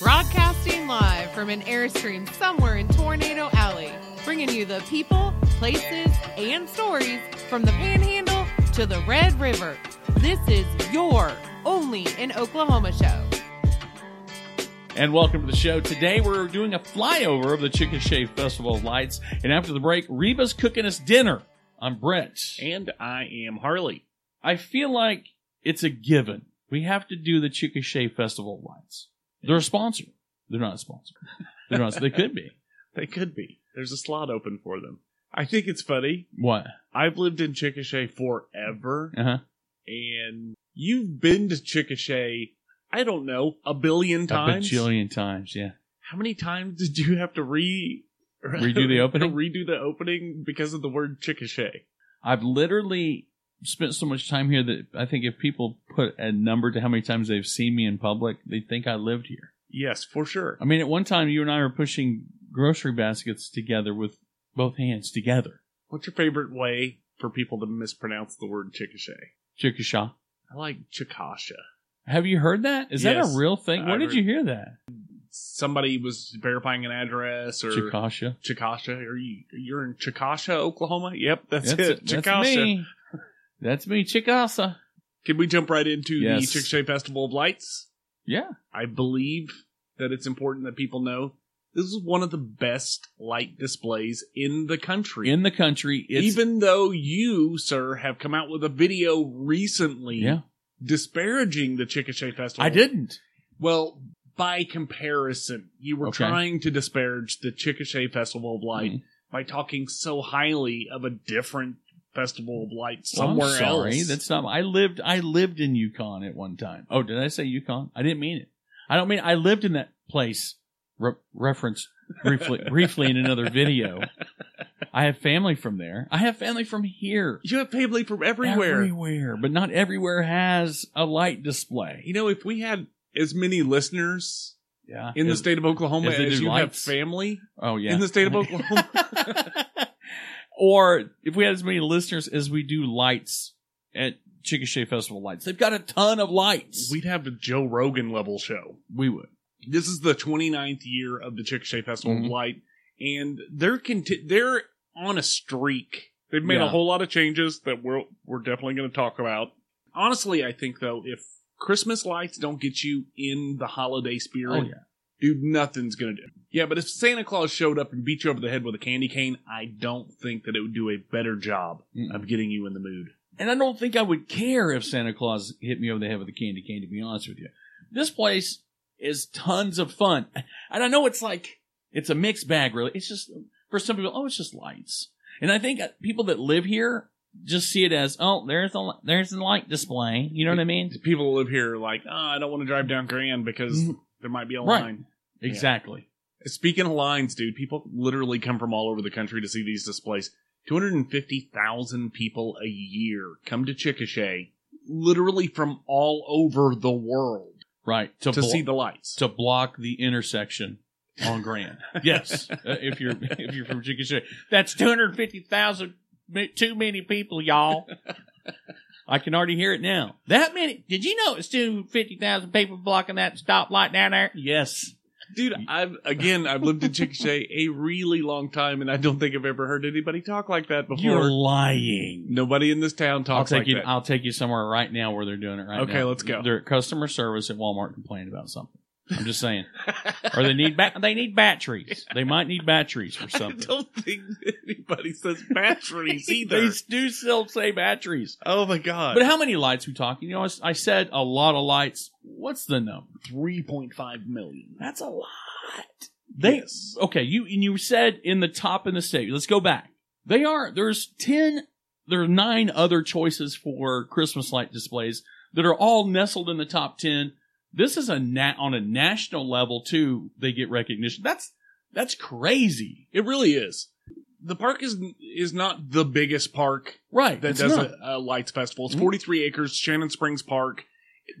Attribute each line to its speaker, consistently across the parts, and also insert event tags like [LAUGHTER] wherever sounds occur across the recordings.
Speaker 1: Broadcasting live from an Airstream somewhere in Tornado Alley, bringing you the people, places, and stories from the Panhandle to the Red River. This is your Only in Oklahoma show.
Speaker 2: and welcome to the show. Today we're doing a flyover of the Chickasha Festival of Lights, and after the break, Reba's cooking us dinner. I'm Brent.
Speaker 3: And I am Harley.
Speaker 2: I feel like it's a given. We have to do the Chickasha Festival of Lights. They're a sponsor. They're not a sponsor. They're not. they could be.
Speaker 3: They could be. There's a slot open for them. I think it's funny.
Speaker 2: What?
Speaker 3: I've lived in Chickasha forever,
Speaker 2: Uh huh.
Speaker 3: and you've been to Chickasha, I don't know, a billion
Speaker 2: A
Speaker 3: times.
Speaker 2: bajillion times. [LAUGHS] Yeah.
Speaker 3: How many times did you have to re [LAUGHS]
Speaker 2: Redo the opening?
Speaker 3: redo the opening because of the word Chickasha?
Speaker 2: I've literally spent so much time here that I think if people put a number to how many times they've seen me in public, they'd think I lived here.
Speaker 3: Yes, for sure.
Speaker 2: I mean, at one time, you and I were pushing grocery baskets together with both hands together.
Speaker 3: What's your favorite way for people to mispronounce the word Chickasha?
Speaker 2: Chickasha.
Speaker 3: I like Chickasha.
Speaker 2: Have you heard that? Is that
Speaker 3: Yes.
Speaker 2: a real thing? Where
Speaker 3: I've
Speaker 2: did
Speaker 3: heard-
Speaker 2: you hear that?
Speaker 3: Somebody was verifying an address or
Speaker 2: Chickasha.
Speaker 3: Chickasha. Are you you're in Chickasha, Oklahoma? Yep, that's,
Speaker 2: That's
Speaker 3: it.
Speaker 2: it.
Speaker 3: Chickasha.
Speaker 2: That's me. That's me, Chickasa.
Speaker 3: Can we jump right into
Speaker 2: Yes.
Speaker 3: the Chickasha Festival of Lights?
Speaker 2: Yeah.
Speaker 3: I believe that it's important that people know this is one of the best light displays in the country.
Speaker 2: In the country, it's
Speaker 3: Even though you, sir, have come out with a video recently
Speaker 2: yeah.
Speaker 3: disparaging the Chickasha Festival.
Speaker 2: I didn't.
Speaker 3: Well, by comparison, you were
Speaker 2: Okay.
Speaker 3: trying to disparage the Chickasha Festival of Light
Speaker 2: Mm.
Speaker 3: by talking so highly of a different Festival of Light
Speaker 2: Well,
Speaker 3: somewhere
Speaker 2: Oh, I'm sorry.
Speaker 3: else.
Speaker 2: That's not. I lived. I lived in Yukon at one time. Oh, did I say Yukon? I didn't mean it. I don't mean. I lived in that place. Re- referenced
Speaker 3: [LAUGHS]
Speaker 2: briefly, briefly in another video. I have family from there. I have family from here.
Speaker 3: you have family from everywhere.
Speaker 2: Everywhere, but not everywhere has a light display.
Speaker 3: You know, if we had as many listeners
Speaker 2: Yeah.
Speaker 3: in the
Speaker 2: Is-
Speaker 3: state of Oklahoma
Speaker 2: as they
Speaker 3: as
Speaker 2: do
Speaker 3: you
Speaker 2: lights.
Speaker 3: have family
Speaker 2: Oh yeah.
Speaker 3: in the state of Oklahoma,
Speaker 2: [LAUGHS] or if we had as many listeners as we do lights at Chickasha Festival lights, they've got a ton of lights.
Speaker 3: we'd have a Joe Rogan level show.
Speaker 2: we would.
Speaker 3: This is the 29th year of the Chickasha Festival
Speaker 2: Mhm.
Speaker 3: of Light, and they're conti- they're on a streak. They've made
Speaker 2: Yeah.
Speaker 3: a whole lot of changes that we're we're definitely going to talk about. Honestly, I think though, if Christmas lights don't get you in the holiday spirit,
Speaker 2: Oh yeah.
Speaker 3: dude, nothing's gonna do. Yeah, but if Santa Claus showed up and beat you over the head with a candy cane, I don't think that it would do a better job
Speaker 2: Mm-mm.
Speaker 3: of getting you in the mood.
Speaker 2: And I don't think I would care if Santa Claus hit me over the head with a candy cane, to be honest with you. This place is tons of fun. And I know it's like, it's a mixed bag, really. It's just, for some people, oh, it's just lights. And I think uh, people that live here just see it as, oh, there's a, li- there's a light display. You know what I mean?
Speaker 3: The People who live here are like, oh, I don't want to drive down Grand because
Speaker 2: Mhm.
Speaker 3: there might be a
Speaker 2: Right.
Speaker 3: line.
Speaker 2: Exactly.
Speaker 3: Speaking of lines, dude, people literally come from all over the country to see these displays. 250,000 people a year come to Chickasha, literally from all over the world,
Speaker 2: Right.
Speaker 3: to
Speaker 2: blo-
Speaker 3: see the lights.
Speaker 2: to block the intersection on Grand.
Speaker 3: [LAUGHS]
Speaker 2: yes, uh, if you're if you're from Chickasha, that's two hundred fifty thousand too many people, y'all. I can already hear it now. That many? Did you know it's two fifty thousand people blocking that stoplight down there? Yes.
Speaker 3: Dude, I've again, I've lived in Chickasha [LAUGHS] a really long time, and I don't think I've ever heard anybody talk like that before.
Speaker 2: You're lying.
Speaker 3: Nobody in this town
Speaker 2: I'll
Speaker 3: talks
Speaker 2: take
Speaker 3: like
Speaker 2: you.
Speaker 3: that. [LAUGHS]
Speaker 2: I'll take you somewhere right now where they're doing it right
Speaker 3: Okay,
Speaker 2: now.
Speaker 3: let's go.
Speaker 2: They're at customer service at Walmart complaining about something. I'm just
Speaker 3: [LAUGHS]
Speaker 2: saying, or they need ba- they need batteries. They might need batteries for
Speaker 3: I
Speaker 2: something.
Speaker 3: don't think anybody says batteries
Speaker 2: [LAUGHS] They
Speaker 3: either.
Speaker 2: do still say batteries.
Speaker 3: oh my god!
Speaker 2: But how many lights we talking? You know, I s- I said a lot of lights. What's the number?
Speaker 3: three point five million?
Speaker 2: That's a lot. They
Speaker 3: Yes.
Speaker 2: okay. You and you said in the top in the state. Let's go back. They are there's ten. There are nine other choices for Christmas light displays that are all nestled in the top ten. This is a nat on a national level too. They get recognition. That's that's crazy,
Speaker 3: It really is. The park is is not the biggest park
Speaker 2: right?
Speaker 3: that
Speaker 2: it's
Speaker 3: does
Speaker 2: not.
Speaker 3: a, a lights festival. It's
Speaker 2: Mhm.
Speaker 3: forty three acres, Shannon Springs Park,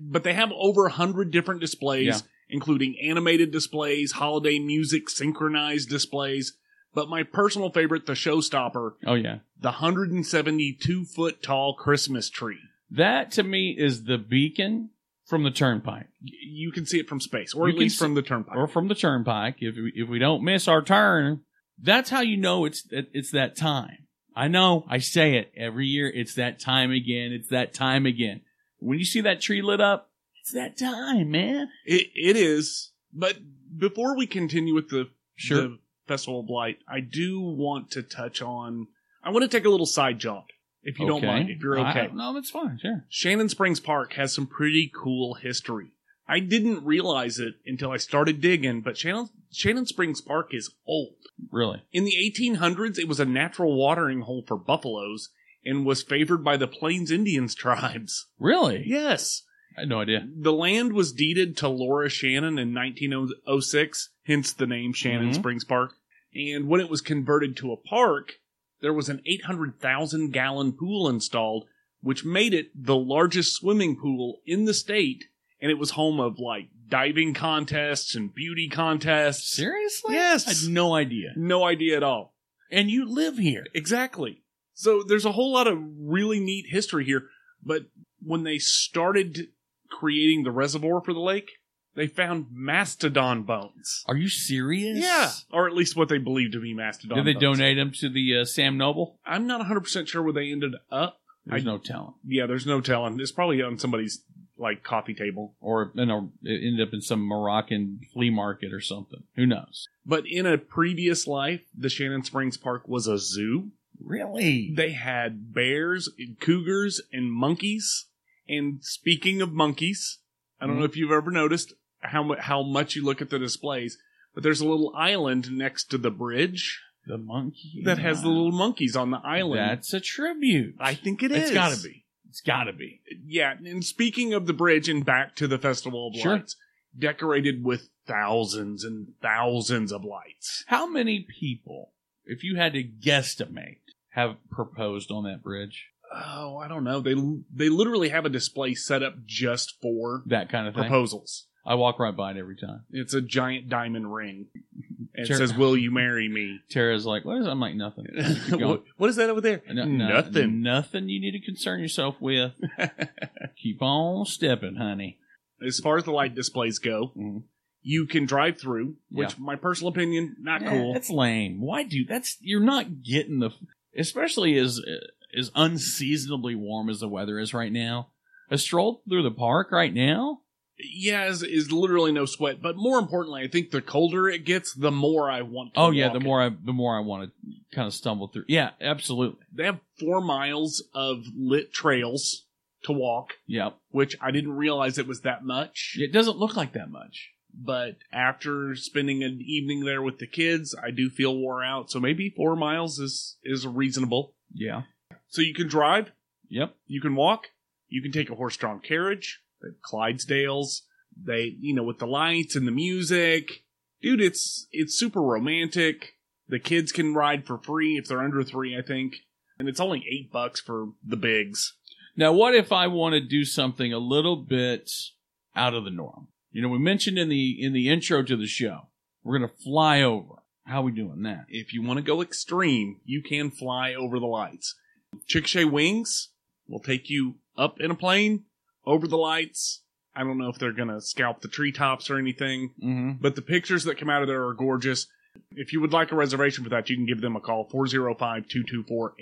Speaker 3: but they have over hundred different displays,
Speaker 2: Yeah.
Speaker 3: including animated displays, holiday music, synchronized displays. But my personal favorite, the showstopper,
Speaker 2: Oh yeah,
Speaker 3: the 172 foot tall Christmas tree.
Speaker 2: that to me is the beacon from the turnpike
Speaker 3: Y- You can see it from space, or
Speaker 2: You
Speaker 3: at
Speaker 2: can
Speaker 3: least
Speaker 2: see-
Speaker 3: from the turnpike.
Speaker 2: or from the turnpike. If we, if we don't miss our turn, that's how you know it's it- it's that time. I know I say it every year. It's that time again. It's that time again. When you see that tree lit up, it's that time, man.
Speaker 3: It, it is. But before we continue with the,
Speaker 2: Sure.
Speaker 3: the Festival of Light, I do want to touch on. I want to take a little side jaunt, if you don't
Speaker 2: Okay.
Speaker 3: mind, if you're
Speaker 2: I-
Speaker 3: okay.
Speaker 2: no, that's fine. Sure.
Speaker 3: Shannon Springs Park has some pretty cool history. I didn't realize it until I started digging, but Shannon, Shannon Springs Park is old.
Speaker 2: Really.
Speaker 3: In the 1800s, it was a natural watering hole for buffaloes and was favored by the Plains Indians [LAUGHS] tribes.
Speaker 2: Really.
Speaker 3: Yes.
Speaker 2: I had no idea.
Speaker 3: The land was deeded to Laura Shannon in 1906, hence the name Shannon
Speaker 2: Mhm.
Speaker 3: Springs Park. And when it was converted to a park, there was an 800,000 gallon pool installed, which made it the largest swimming pool in the state. And it was home of like diving contests and beauty contests.
Speaker 2: Seriously?
Speaker 3: Yes.
Speaker 2: I had no idea.
Speaker 3: No idea at all.
Speaker 2: And you live here.
Speaker 3: Exactly. So there's a whole lot of really neat history here, but when they started creating the reservoir for the lake, they found mastodon bones.
Speaker 2: Are you serious?
Speaker 3: Yeah, or at least what they believed to be mastodon.
Speaker 2: Did they
Speaker 3: bones.
Speaker 2: donate them to the uh, Sam Noble?
Speaker 3: I'm not 100% sure where they ended up.
Speaker 2: There's
Speaker 3: I-
Speaker 2: no telling.
Speaker 3: Yeah, there's no telling. It's probably on somebody's like coffee table.
Speaker 2: Or you know, it ended up in some Moroccan flea market or something. Who knows?
Speaker 3: But in a previous life, the Shannon Springs Park was a zoo.
Speaker 2: Really?
Speaker 3: They had bears, and cougars, and monkeys. And speaking of monkeys, I
Speaker 2: Mm-hmm.
Speaker 3: don't know if you've ever noticed how mu- how much you look at the displays, but there's a little island next to the bridge
Speaker 2: The monkey
Speaker 3: that has the little monkeys on the island.
Speaker 2: That's a tribute.
Speaker 3: I think it
Speaker 2: It's
Speaker 3: is.
Speaker 2: gotta be. It's gotta be.
Speaker 3: Yeah, and speaking of the bridge and back to the Festival of
Speaker 2: Sure.
Speaker 3: Lights, decorated with thousands and thousands of lights.
Speaker 2: How many people, if you had to guesstimate, have proposed on that bridge?
Speaker 3: Oh, I don't know. They they literally have a display set up just for
Speaker 2: That kind of thing.
Speaker 3: proposals.
Speaker 2: I walk right by it every time.
Speaker 3: It's a giant diamond ring. And
Speaker 2: Sure.
Speaker 3: it says, Will you marry
Speaker 2: [LAUGHS]
Speaker 3: me?
Speaker 2: Tara's like, "What is?" I'm like, "Nothing."
Speaker 3: [LAUGHS]
Speaker 2: Keep going.
Speaker 3: What- what is that over there?
Speaker 2: No- no-
Speaker 3: Nothing. [LAUGHS]
Speaker 2: Nothing you need to concern yourself with. Keep on stepping, honey.
Speaker 3: As far as the light displays go,
Speaker 2: Mhm.
Speaker 3: you can drive through, which,
Speaker 2: Yeah.
Speaker 3: my personal opinion, not
Speaker 2: Nah,
Speaker 3: cool.
Speaker 2: That's lame. Why do that's? You're not getting the, especially as as unseasonably warm as the weather is right now. A stroll through the park right now.
Speaker 3: Yeah, is, is literally no sweat. But more importantly, I think the colder it gets, the more I want to.
Speaker 2: Oh yeah,
Speaker 3: walk
Speaker 2: the
Speaker 3: it.
Speaker 2: more I the more I want to kind of stumble through. Yeah, absolutely.
Speaker 3: They have four miles of lit trails to walk,
Speaker 2: Yeah,
Speaker 3: which I didn't realize it was that much.
Speaker 2: it doesn't look like that much.
Speaker 3: but after spending an evening there with the kids, I do feel wore out. So maybe four miles is is reasonable.
Speaker 2: Yeah.
Speaker 3: So you can drive,
Speaker 2: Yep.
Speaker 3: you can walk, you can take a horse-drawn carriage. They have Clydesdales, they you know with the lights and the music, dude. It's it's super romantic. The kids can ride for free if they're under three, I think, and it's only eight bucks for the bigs.
Speaker 2: Now, what if I want to do something a little bit out of the norm? You know, we mentioned in the in the intro to the show, we're gonna fly over. How we doing that?
Speaker 3: If you want to go extreme, you can fly over the lights. Chickasha Wings will take you up in a plane over the lights. I don't know if they're going to scalp the treetops or anything,
Speaker 2: Mm-hmm.
Speaker 3: but the pictures that come out of there are gorgeous. If you would like a reservation for that, you can give them a call 405 224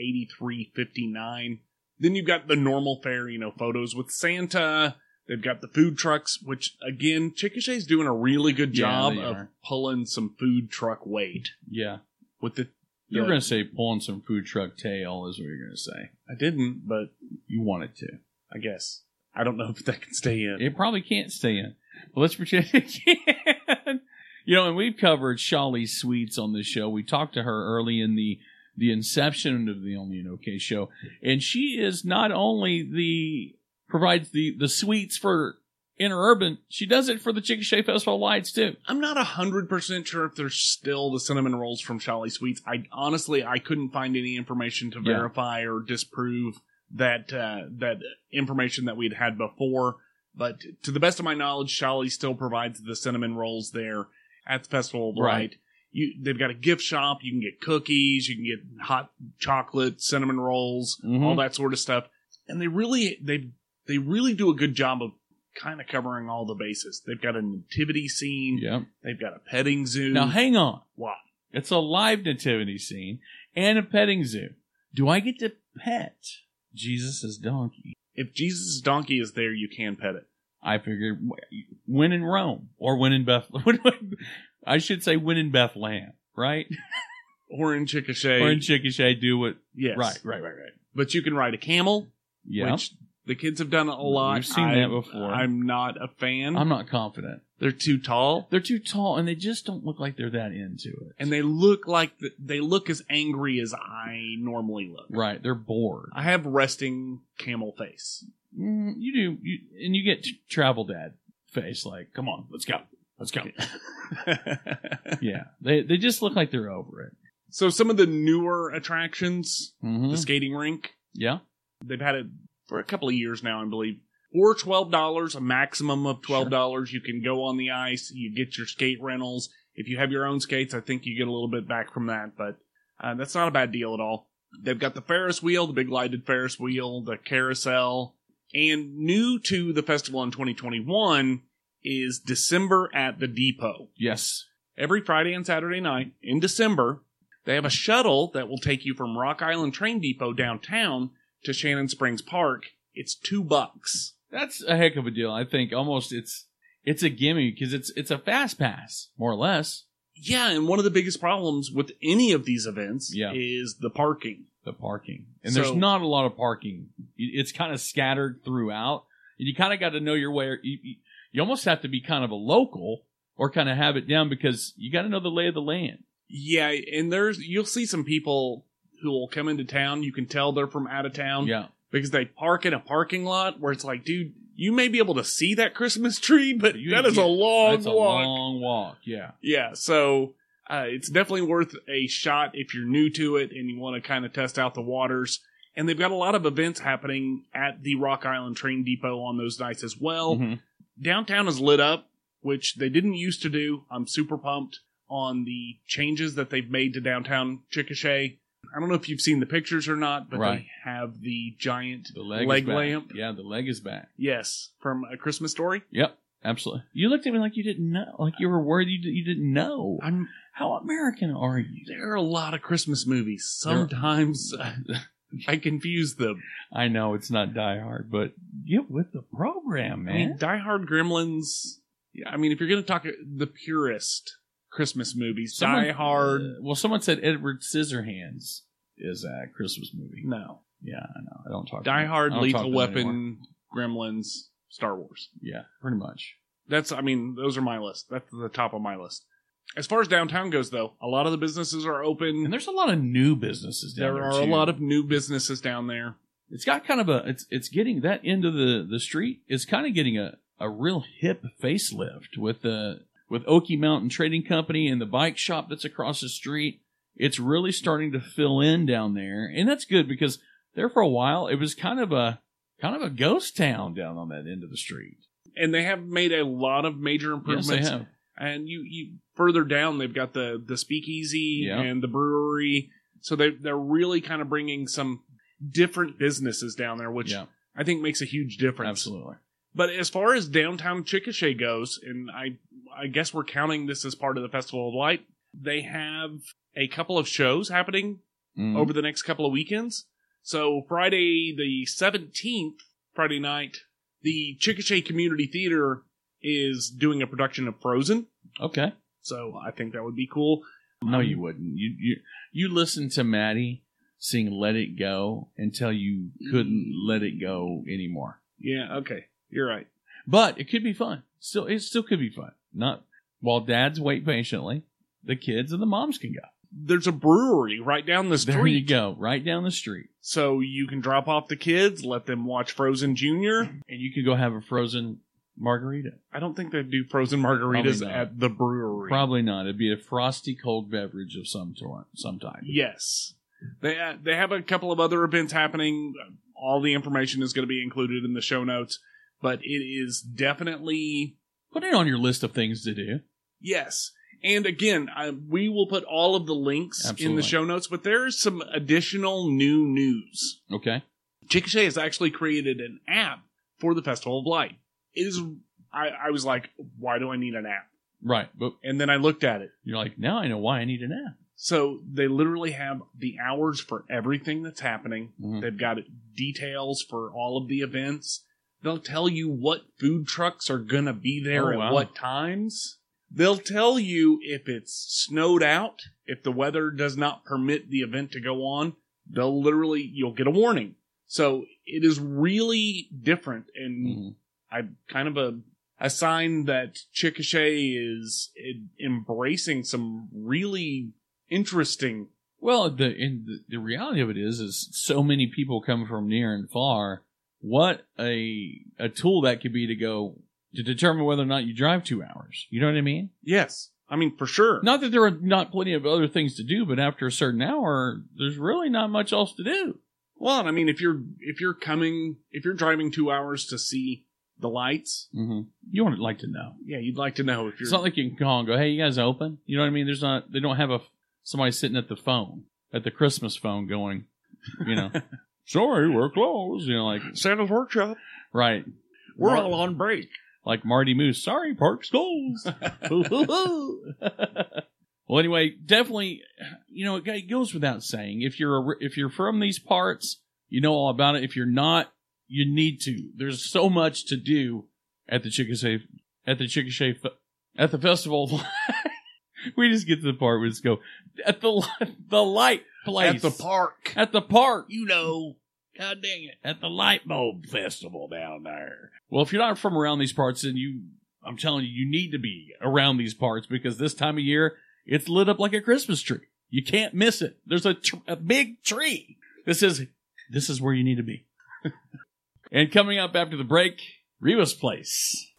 Speaker 3: 8359. Then you've got the normal fare, you know, photos with Santa. They've got the food trucks, which again, Chickasha's doing a really good
Speaker 2: Yeah,
Speaker 3: job
Speaker 2: they
Speaker 3: of
Speaker 2: are.
Speaker 3: pulling some food truck weight
Speaker 2: Yeah,
Speaker 3: with the
Speaker 2: you were
Speaker 3: the-
Speaker 2: gonna say pulling some food truck tail is what you're gonna say.
Speaker 3: I didn't, but
Speaker 2: You wanted to.
Speaker 3: I guess I don't know if that can stay in.
Speaker 2: It probably can't stay in. But let's pretend [LAUGHS] it can. You know, and we've covered Shawley Sweets on this show. We talked to her early in the the inception of the Only an OK show, and she is not only the provides the the sweets for interurban, she does it for the Chickasha Festival of Lights too.
Speaker 3: I'm not hundred percent sure if there's still the cinnamon rolls from Charlie Sweets. I honestly I couldn't find any information to
Speaker 2: Yeah.
Speaker 3: verify or disprove that uh, that information that we'd had before. But to the best of my knowledge, Charlie still provides the cinnamon rolls there at the Festival of
Speaker 2: Right.
Speaker 3: Light. You, they've got a gift shop. You can get cookies. You can get hot chocolate, cinnamon rolls.
Speaker 2: Mhm.
Speaker 3: all that sort of stuff. And they really they they really do a good job of kind of covering all the bases. They've got a nativity scene.
Speaker 2: Yep.
Speaker 3: They've got a petting zoo.
Speaker 2: Now hang on.
Speaker 3: What?
Speaker 2: It's a live nativity scene and a petting zoo. Do I get to pet Jesus' donkey?
Speaker 3: If Jesus' donkey is there, you can pet it.
Speaker 2: I figured w- when in Rome or [LAUGHS] when in Bethlehem. I should say when in Bethlehem, right?
Speaker 3: Or in Chickasha.
Speaker 2: Or in Chickasha, do what?
Speaker 3: yes.
Speaker 2: Right, right, right, right.
Speaker 3: But you can ride a camel,
Speaker 2: Yeah.
Speaker 3: which the kids have done a lot.
Speaker 2: We've seen
Speaker 3: I-
Speaker 2: that before.
Speaker 3: I'm not a fan.
Speaker 2: I'm not confident.
Speaker 3: They're too tall.
Speaker 2: They're too tall and they just don't look like they're that into it.
Speaker 3: And they look like the, they look as angry as I normally look.
Speaker 2: Right, they're bored.
Speaker 3: I have resting camel face.
Speaker 2: Mm, you do, you, and you get t- travel dad face. Like, come on, let's go, let's go.
Speaker 3: [LAUGHS]
Speaker 2: [LAUGHS] yeah, they they just look like they're over it.
Speaker 3: so some of the newer attractions,
Speaker 2: Mm-hmm.
Speaker 3: the skating rink,
Speaker 2: yeah,
Speaker 3: they've had it for a couple of years now, I believe. Or twelve dollars, a maximum of twelve dollars. You can go on the ice. You get your skate rentals. If you have your own skates, I think you get a little bit back from that, but uh, that's not a bad deal at all. They've got the Ferris wheel, the big lighted Ferris wheel, the carousel, and new to the festival in 2021 is December at the Depot.
Speaker 2: yes,
Speaker 3: Every Friday and Saturday night in December, they have a shuttle that will take you from Rock Island Train Depot downtown to Shannon Springs Park. It's two bucks.
Speaker 2: that's a heck of a deal. I think almost it's it's a gimme because it's it's a fast pass more or less.
Speaker 3: Yeah, and one of the biggest problems with any of these events
Speaker 2: Yeah.
Speaker 3: is the parking.
Speaker 2: The parking and
Speaker 3: So-
Speaker 2: there's not a lot of parking. It- It's kind of scattered throughout, and you kind of got to know your way. Or you, you, you almost have to be kind of a local or kind of have it down because you got to know the lay of the land.
Speaker 3: Yeah, and there's you'll see some people who will come into town. You can tell they're from out of town
Speaker 2: Yeah,
Speaker 3: because they park in a parking lot where it's like, dude, you may be able to see that Christmas tree, but
Speaker 2: You-
Speaker 3: that is
Speaker 2: yeah,
Speaker 3: a long
Speaker 2: that's a
Speaker 3: walk.
Speaker 2: long walk. Yeah.
Speaker 3: yeah so uh, it's definitely worth a shot if you're new to it and you want to kind of test out the waters and they've got a lot of events happening at the rock island train depot on those nights as well
Speaker 2: Mhm.
Speaker 3: downtown is lit up which they didn't used to do i'm super pumped on the changes that they've made to downtown chickasha i don't know if you've seen the pictures or not but
Speaker 2: Right.
Speaker 3: they have the giant
Speaker 2: The leg,
Speaker 3: Leg
Speaker 2: is back.
Speaker 3: lamp.
Speaker 2: Yeah, the leg is back.
Speaker 3: yes from a christmas story
Speaker 2: Yep, absolutely. You looked at me like you didn't know, like you were worried you, d- you didn't know.
Speaker 3: i'm
Speaker 2: How American are you?
Speaker 3: there are a lot of christmas movies sometimes
Speaker 2: [LAUGHS]
Speaker 3: i confuse them
Speaker 2: I know it's not Die Hard, but get with the program,
Speaker 3: I mean,
Speaker 2: man.
Speaker 3: Die Hard Gremlins. Yeah, I mean, if you're going to talk the purest Christmas movies,
Speaker 2: Someone-
Speaker 3: Die Hard.
Speaker 2: Uh, well, someone said Edward Scissorhands is a Christmas movie.
Speaker 3: no,
Speaker 2: Yeah, I know. I don't talk.
Speaker 3: Die
Speaker 2: to-
Speaker 3: Hard,
Speaker 2: I don't talk to
Speaker 3: Lethal
Speaker 2: them anymore.
Speaker 3: Weapon, Gremlins, Star Wars.
Speaker 2: Yeah, pretty much.
Speaker 3: That's. I mean, those are my list. That's the top of my list. As far as downtown goes, though, a lot of the businesses are
Speaker 2: And
Speaker 3: open.
Speaker 2: there's a lot of new businesses down
Speaker 3: There,
Speaker 2: there.
Speaker 3: are a lot of new businesses down there.
Speaker 2: It's got kind of a. It's it's getting that end of the the street is kind of getting a a real hip facelift with the with Okie Mountain Trading Company and the bike shop that's across the street. It's really starting to fill in down there, and that's good because there for a while it was kind of a kind of a ghost town down on that end of the street.
Speaker 3: And they have made a lot of major
Speaker 2: Yes,
Speaker 3: improvements.
Speaker 2: they have.
Speaker 3: and you, you further down they've got the the speakeasy
Speaker 2: Yeah.
Speaker 3: and the brewery so they they're really kind of bringing some different businesses down there which
Speaker 2: yeah,
Speaker 3: i think makes a huge difference
Speaker 2: absolutely.
Speaker 3: but as far as downtown chickasha goes and i i guess we're counting this as part of the festival of light they have a couple of shows happening
Speaker 2: Mhm.
Speaker 3: over the next couple of weekends so friday the 17th friday night the chickasha community theater is doing a production of frozen
Speaker 2: Okay.
Speaker 3: so I think that would be cool.
Speaker 2: No, you wouldn't. You you you listen to Maddie sing "Let It Go" until you couldn't let it go anymore.
Speaker 3: Yeah, okay. You're right.
Speaker 2: But it could be fun. Still, it still could be fun. Not while dads wait patiently, the kids and the moms can go.
Speaker 3: There's a brewery right down the
Speaker 2: There you
Speaker 3: street.
Speaker 2: go, right down the street,
Speaker 3: So you can drop off the kids, let them watch Frozen Junior.
Speaker 2: and you could go have a frozen margarita.
Speaker 3: I don't think they do frozen margaritas
Speaker 2: Probably not.
Speaker 3: at the brewery.
Speaker 2: Probably not. It'd be a frosty cold beverage of some sort, some type.
Speaker 3: Yes. They uh, they have a couple of other events happening. All the information is going to be included in the show notes, but it is definitely
Speaker 2: Put it on your list of things to do.
Speaker 3: Yes. And again, I, we will put all of the links in the
Speaker 2: Absolutely.
Speaker 3: show notes, but there is some additional new news.
Speaker 2: Okay.
Speaker 3: Chickasha has actually created an app for the Festival of Light. it is. I, I was like, why do I need an app?
Speaker 2: Right. But
Speaker 3: And then I looked at it.
Speaker 2: you're like, now I know why I need an app.
Speaker 3: So they literally have the hours for everything that's happening.
Speaker 2: Mhm.
Speaker 3: They've got details for all of the events. They'll tell you what food trucks are going to be there
Speaker 2: Oh,
Speaker 3: at
Speaker 2: wow.
Speaker 3: what times. They'll tell you if it's snowed out, if the weather does not permit the event to go on. They'll literally, you'll get a warning. So it is really different and
Speaker 2: Mhm.
Speaker 3: I kind of a a sign that Chickasha is en- embracing some really interesting.
Speaker 2: Well, the, and the the reality of it is, is so many people come from near and far. What a a tool that could be to go to determine whether or not you drive two hours. You know what I mean?
Speaker 3: Yes, I mean for sure.
Speaker 2: Not that there are not plenty of other things to do, but after a certain hour, there's really not much else to do.
Speaker 3: Well, and I mean if you're if you're coming if you're driving two hours to see the lights,
Speaker 2: Mm-hmm. You want to like to know.
Speaker 3: yeah, you'd like to know if you're.
Speaker 2: It's not like you can call and go, "Hey, you guys open?" You know what I mean? There's not they don't have a somebody sitting at the phone at the Christmas phone going, you know, "Sorry, we're closed." You know, like
Speaker 3: Santa's workshop.
Speaker 2: right,
Speaker 3: We're
Speaker 2: Mar-
Speaker 3: all on break.
Speaker 2: like Marty Moose. Sorry, park's
Speaker 3: [LAUGHS]
Speaker 2: closed. [LAUGHS] well, anyway, definitely, you know, it, it goes without saying. If you're a, re- if you're from these parts, you know all about it. If you're not, you need to. There's so much to do at the Chickasha at the Chickasha fe- at the festival. [LAUGHS] we just get to the part where we just go at the [LAUGHS] li- the light place
Speaker 3: At the park. [LAUGHS]
Speaker 2: at the park
Speaker 3: You know. God dang it.
Speaker 2: at the light bulb festival down there. Well, if you're not from around these parts, then you, I'm telling you, you need to be around these parts because this time of year, it's lit up like a Christmas tree. You can't miss it. There's a, tr- a big tree. This is, this is where you need to be. [LAUGHS] and coming up after the break, Reva's Place.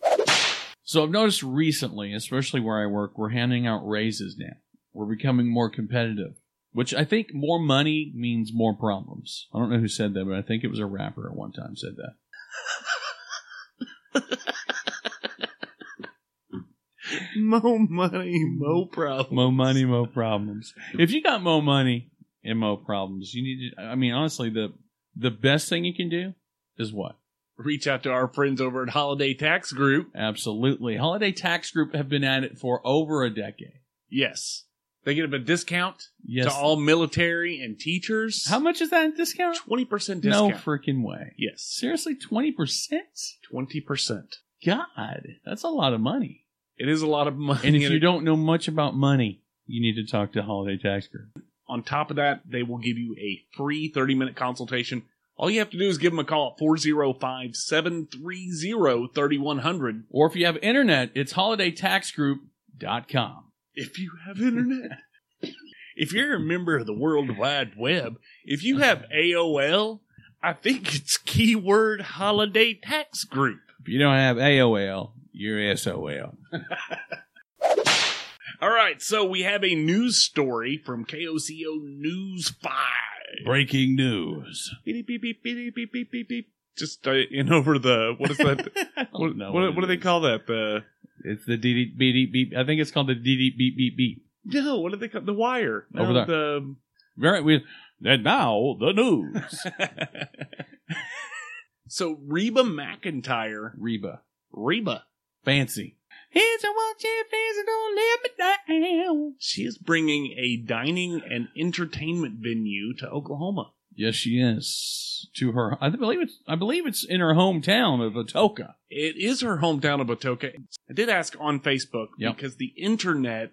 Speaker 2: So I've noticed recently, especially where I work, we're handing out raises now. We're becoming more competitive which I think more money means more problems. I don't know who said that, but I think it was a rapper at one time said that.
Speaker 3: Mo money, mo problem.
Speaker 2: Mo money, mo problems. If you got mo money and mo problems, you need to. I mean, honestly, the the best thing you can do is what?
Speaker 3: Reach out to our friends over at Holiday Tax Group.
Speaker 2: Absolutely. Holiday Tax Group have been at it for over a decade.
Speaker 3: Yes. They get a discount
Speaker 2: Yes.
Speaker 3: to all military and teachers.
Speaker 2: How much is that in discount?
Speaker 3: Twenty percent
Speaker 2: No
Speaker 3: discount.
Speaker 2: freaking way.
Speaker 3: yes,
Speaker 2: Seriously, twenty percent?
Speaker 3: twenty percent.
Speaker 2: God, that's a lot of money.
Speaker 3: It is a lot of money.
Speaker 2: And if you
Speaker 3: it-
Speaker 2: don't know much about money, you need to talk to Holiday Tax Group.
Speaker 3: on top of that, they will give you a free thirty-minute consultation. All you have to do is give them a call at 405-730-3100.
Speaker 2: Or if you have internet, it's holidaytaxgroup.com.
Speaker 3: If you have internet, [LAUGHS] if you're a member of the World Wide Web, if you have AOL, I think it's keyword holiday tax group.
Speaker 2: If you don't have AOL, you're SOL.
Speaker 3: All right, so we have a news story from KOCO News 5.
Speaker 2: Breaking news.
Speaker 3: beep beep beep beep beep beep beep beep. Just uh, in over the what is that?
Speaker 2: [LAUGHS]
Speaker 3: what,
Speaker 2: know
Speaker 3: what,
Speaker 2: what it
Speaker 3: what do they
Speaker 2: is.
Speaker 3: call that? The
Speaker 2: It's the DD beep beep beep. I think it's called the DD beep beep beep.
Speaker 3: no, what do they call the wire? No,
Speaker 2: Over there.
Speaker 3: The
Speaker 2: Right. We, and now the news.
Speaker 3: [LAUGHS]
Speaker 2: [LAUGHS]
Speaker 3: so Reba McIntyre,
Speaker 2: Reba.
Speaker 3: Reba,
Speaker 2: Fancy. Here's a watch your face and don't let me down.
Speaker 3: she is bringing a dining and entertainment venue to Oklahoma.
Speaker 2: Yes, she is. To her, I believe it's. I believe it's in her hometown of Atoka.
Speaker 3: It is her hometown of Atoka. I did ask on Facebook
Speaker 2: Yep.
Speaker 3: because the internet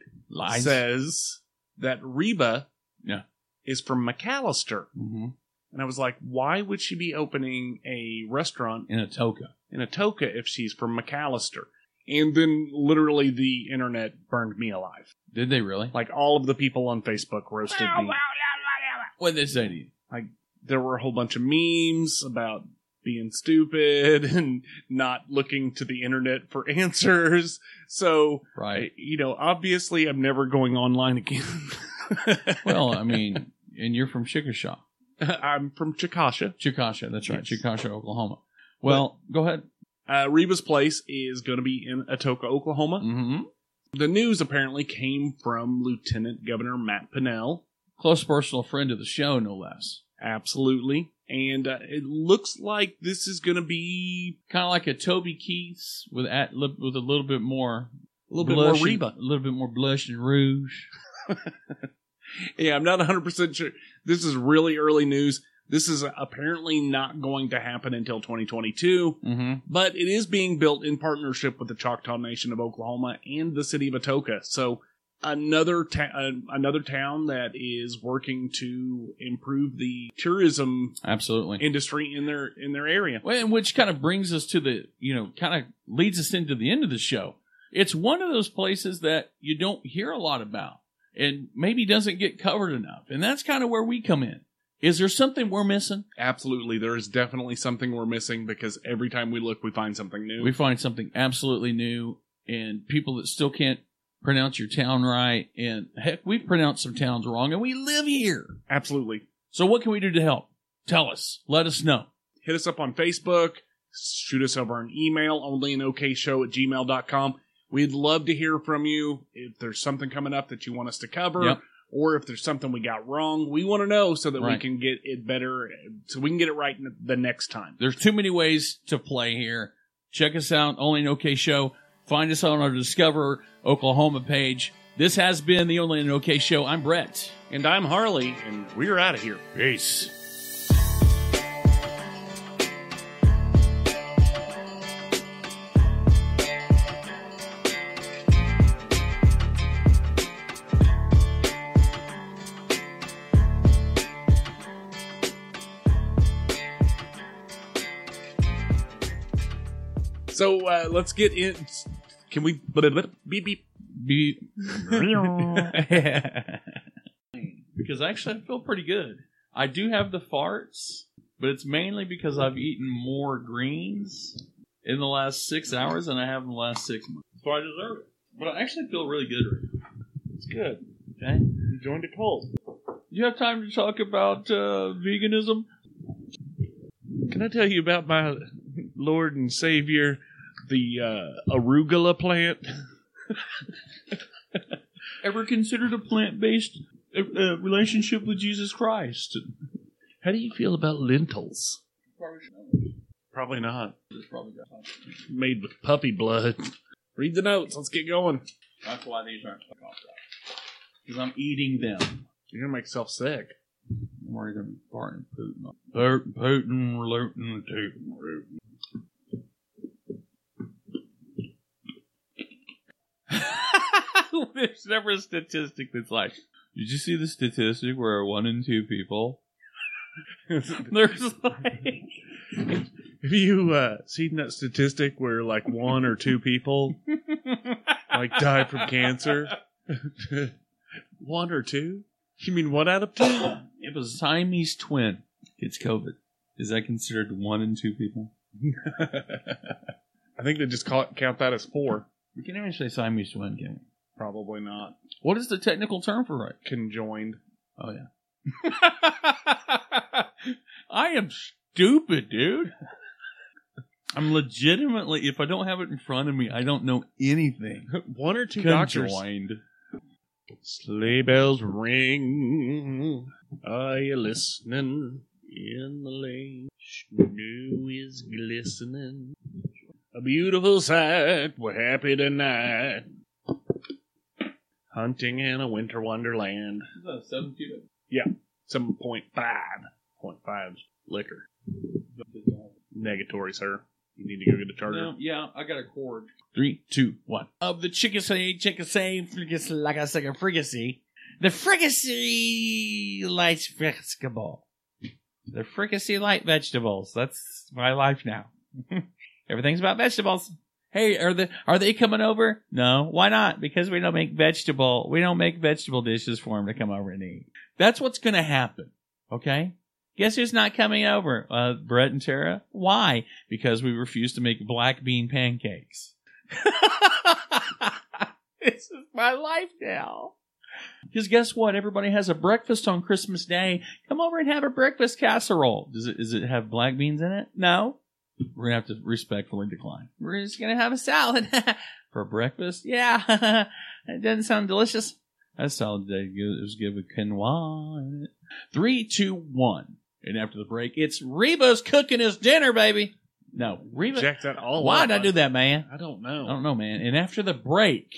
Speaker 3: says that Reba
Speaker 2: Yeah.
Speaker 3: is from McAllister.
Speaker 2: hmm
Speaker 3: And I was like, why would she be opening a restaurant
Speaker 2: in Atoka.
Speaker 3: in Atoka if she's from McAllister? And then literally the internet burned me alive.
Speaker 2: Did they really?
Speaker 3: Like all of the people on Facebook roasted me.
Speaker 2: What did they say to you?
Speaker 3: There were a whole bunch of memes about being stupid [LAUGHS] and not looking to the internet for [LAUGHS] answers. So,
Speaker 2: Right.
Speaker 3: you know, obviously I'm never going online again. [LAUGHS]
Speaker 2: Well, [LAUGHS] I mean, and you're from Chickasha.
Speaker 3: I'm from Chickasha.
Speaker 2: Chickasha, that's right.
Speaker 3: Yes.
Speaker 2: Chickasha, Oklahoma. Well, go ahead.
Speaker 3: Uh, Reba's place is going to be in Atoka, Oklahoma.
Speaker 2: Mm-hmm.
Speaker 3: The news apparently came from Lieutenant Governor Matt Pinnell.
Speaker 2: Close personal friend of the show, no less.
Speaker 3: Absolutely. And uh, it looks like this is going to be
Speaker 2: Kind of like a Toby Keith's with at, li- with a little bit more
Speaker 3: a little bit more Reba.
Speaker 2: a little bit more blush and rouge.
Speaker 3: Yeah, I'm not 100% sure. This is really early news. This is apparently not going to happen until 2022,
Speaker 2: Mm-hmm.
Speaker 3: but it is being built in partnership with the Choctaw Nation of Oklahoma and the city of Atoka. So another ta- uh, another town that is working to improve the tourism
Speaker 2: Absolutely.
Speaker 3: industry in their in their area.
Speaker 2: Well, and which kind of brings us to the, you know, kind of leads us into the end of the show. It's one of those places that you don't hear a lot about and maybe doesn't get covered enough. And that's kind of where we come in. Is there something we're missing?
Speaker 3: Absolutely, there is definitely something we're missing because every time we look, we find something new.
Speaker 2: We find something absolutely new and people that still can't pronounce your town right. And heck, we pronounce some towns wrong and we live here.
Speaker 3: Absolutely.
Speaker 2: So what can we do to help? Tell us. Let us know.
Speaker 3: hit us up on Facebook, shoot us over an email, only an okay show at gmail.com. We'd love to hear from you. If there's something coming up that you want us to cover,
Speaker 2: Yep.
Speaker 3: or if there's something we got wrong, we want to know so that we
Speaker 2: Right.
Speaker 3: can get it better, so we can get it right n- the next time.
Speaker 2: There's too many ways to play here. Check us out, Only an OK Show. Find us on our Discover Oklahoma page. This has been the Only an OK Show. I'm Brett.
Speaker 3: And I'm Harley, and we're out of here.
Speaker 2: Peace.
Speaker 3: So uh, let's get in. Can we? Beep, beep.
Speaker 2: Be- [LAUGHS] because actually, I feel pretty good. I do have the farts, but it's mainly because I've eaten more greens in the last six hours than I have in the last six months. So I deserve it. But I actually feel really good right now. It's good. Okay.
Speaker 3: Enjoying the cold.
Speaker 2: You have time to talk about uh, veganism?
Speaker 3: Can I tell you about my Lord and Savior, the uh, arugula plant? [LAUGHS]
Speaker 2: Ever considered a plant based uh, uh, relationship with Jesus Christ?
Speaker 3: How do you feel about lentils? Probably not. Made with puppy blood. Read the notes. Let's get going.
Speaker 2: That's why these aren't cut off. Because I'm eating them.
Speaker 3: You're gonna make yourself sick.
Speaker 2: I'm already going to be farting Putin. Putin, Putin, Lutin, Putin, Lutin. [LAUGHS] There's never a statistic that's like, did you see the statistic where one in two people?
Speaker 3: [LAUGHS] Have
Speaker 2: [LAUGHS] There's like.
Speaker 3: you uh, seen that statistic where like one or two people like die from cancer? [LAUGHS] one or two? You mean one out of two?
Speaker 2: if a Siamese twin gets COVID, is that considered one in two people?
Speaker 3: I think they just call it, count that as four.
Speaker 2: We can even say Siamese twin, can we?
Speaker 3: Probably not.
Speaker 2: What is the technical term for it?
Speaker 3: Conjoined.
Speaker 2: Oh
Speaker 3: [LAUGHS]
Speaker 2: yeah. [LAUGHS] I am stupid, dude. I'm legitimately, if I don't have it in front of me, I don't know anything. [LAUGHS]
Speaker 3: One or two doctors.
Speaker 2: Conjoined.
Speaker 3: Sleigh bells ring. Are you listening? In the lane, snow is glistening. A beautiful sight. We're happy tonight. Hunting in a winter wonderland. Some point five. Point five liquor. Negatory, sir. You need to go get a charger.
Speaker 2: No, yeah, I got a chord. Three, two, one. Of the Chickasee, Chickasee, fricassee, like I said, a fricassee. The fricassee lights vegetable. The fricassee light vegetables. That's my life now. [LAUGHS] Everything's about vegetables. Hey, are the are they coming over? No, why not? Because we don't make vegetable. We don't make vegetable dishes for them to come over and eat. That's what's going to happen. Okay. Guess who's not coming over? Uh, Brett and Tara. Why? because we refuse to make black bean pancakes. [LAUGHS] this is my life now. Because guess what? Everybody has a breakfast on Christmas Day. Come over and have a breakfast casserole. Does it, does it have black beans in it? No. We're going to have to respectfully decline. We're just going to have a salad [LAUGHS] for breakfast. Yeah. [LAUGHS] it doesn't sound delicious. That salad today it was good with quinoa in it. Three, two, one. And after the break, it's Reba's cooking us dinner, baby. No, Reba.
Speaker 3: Jack that all
Speaker 2: Why'd
Speaker 3: up.
Speaker 2: I do that, man?
Speaker 3: I don't
Speaker 2: I
Speaker 3: know.
Speaker 2: don't know, man. And after the break,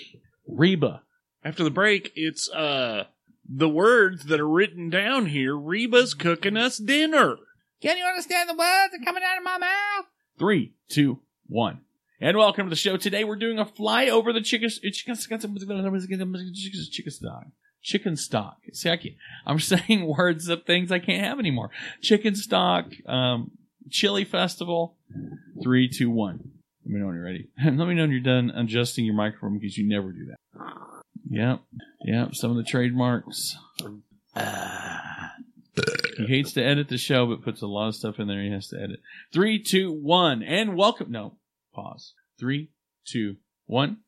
Speaker 2: Reba.
Speaker 3: After the break, it's uh the words that are written down here. Reba's cooking us dinner.
Speaker 2: Can you understand the words that are coming out of my mouth? Three, two, one. And welcome to the show. Today we're doing a fly over the chicken chicken chicken stock. Chicken stock. See, I can't, I'm [LAUGHS] saying words of things I can't have anymore. Chicken stock, um, chili festival. Three, two, one. Let me know when you're ready. [LAUGHS] Let me know when you're done adjusting your microphone because you never do that. Yep. Yep. Some of the trademarks. He hates to edit the show, but puts a lot of stuff in there he has to edit. Three, two, one, and welcome. No, pause. Three, two, one.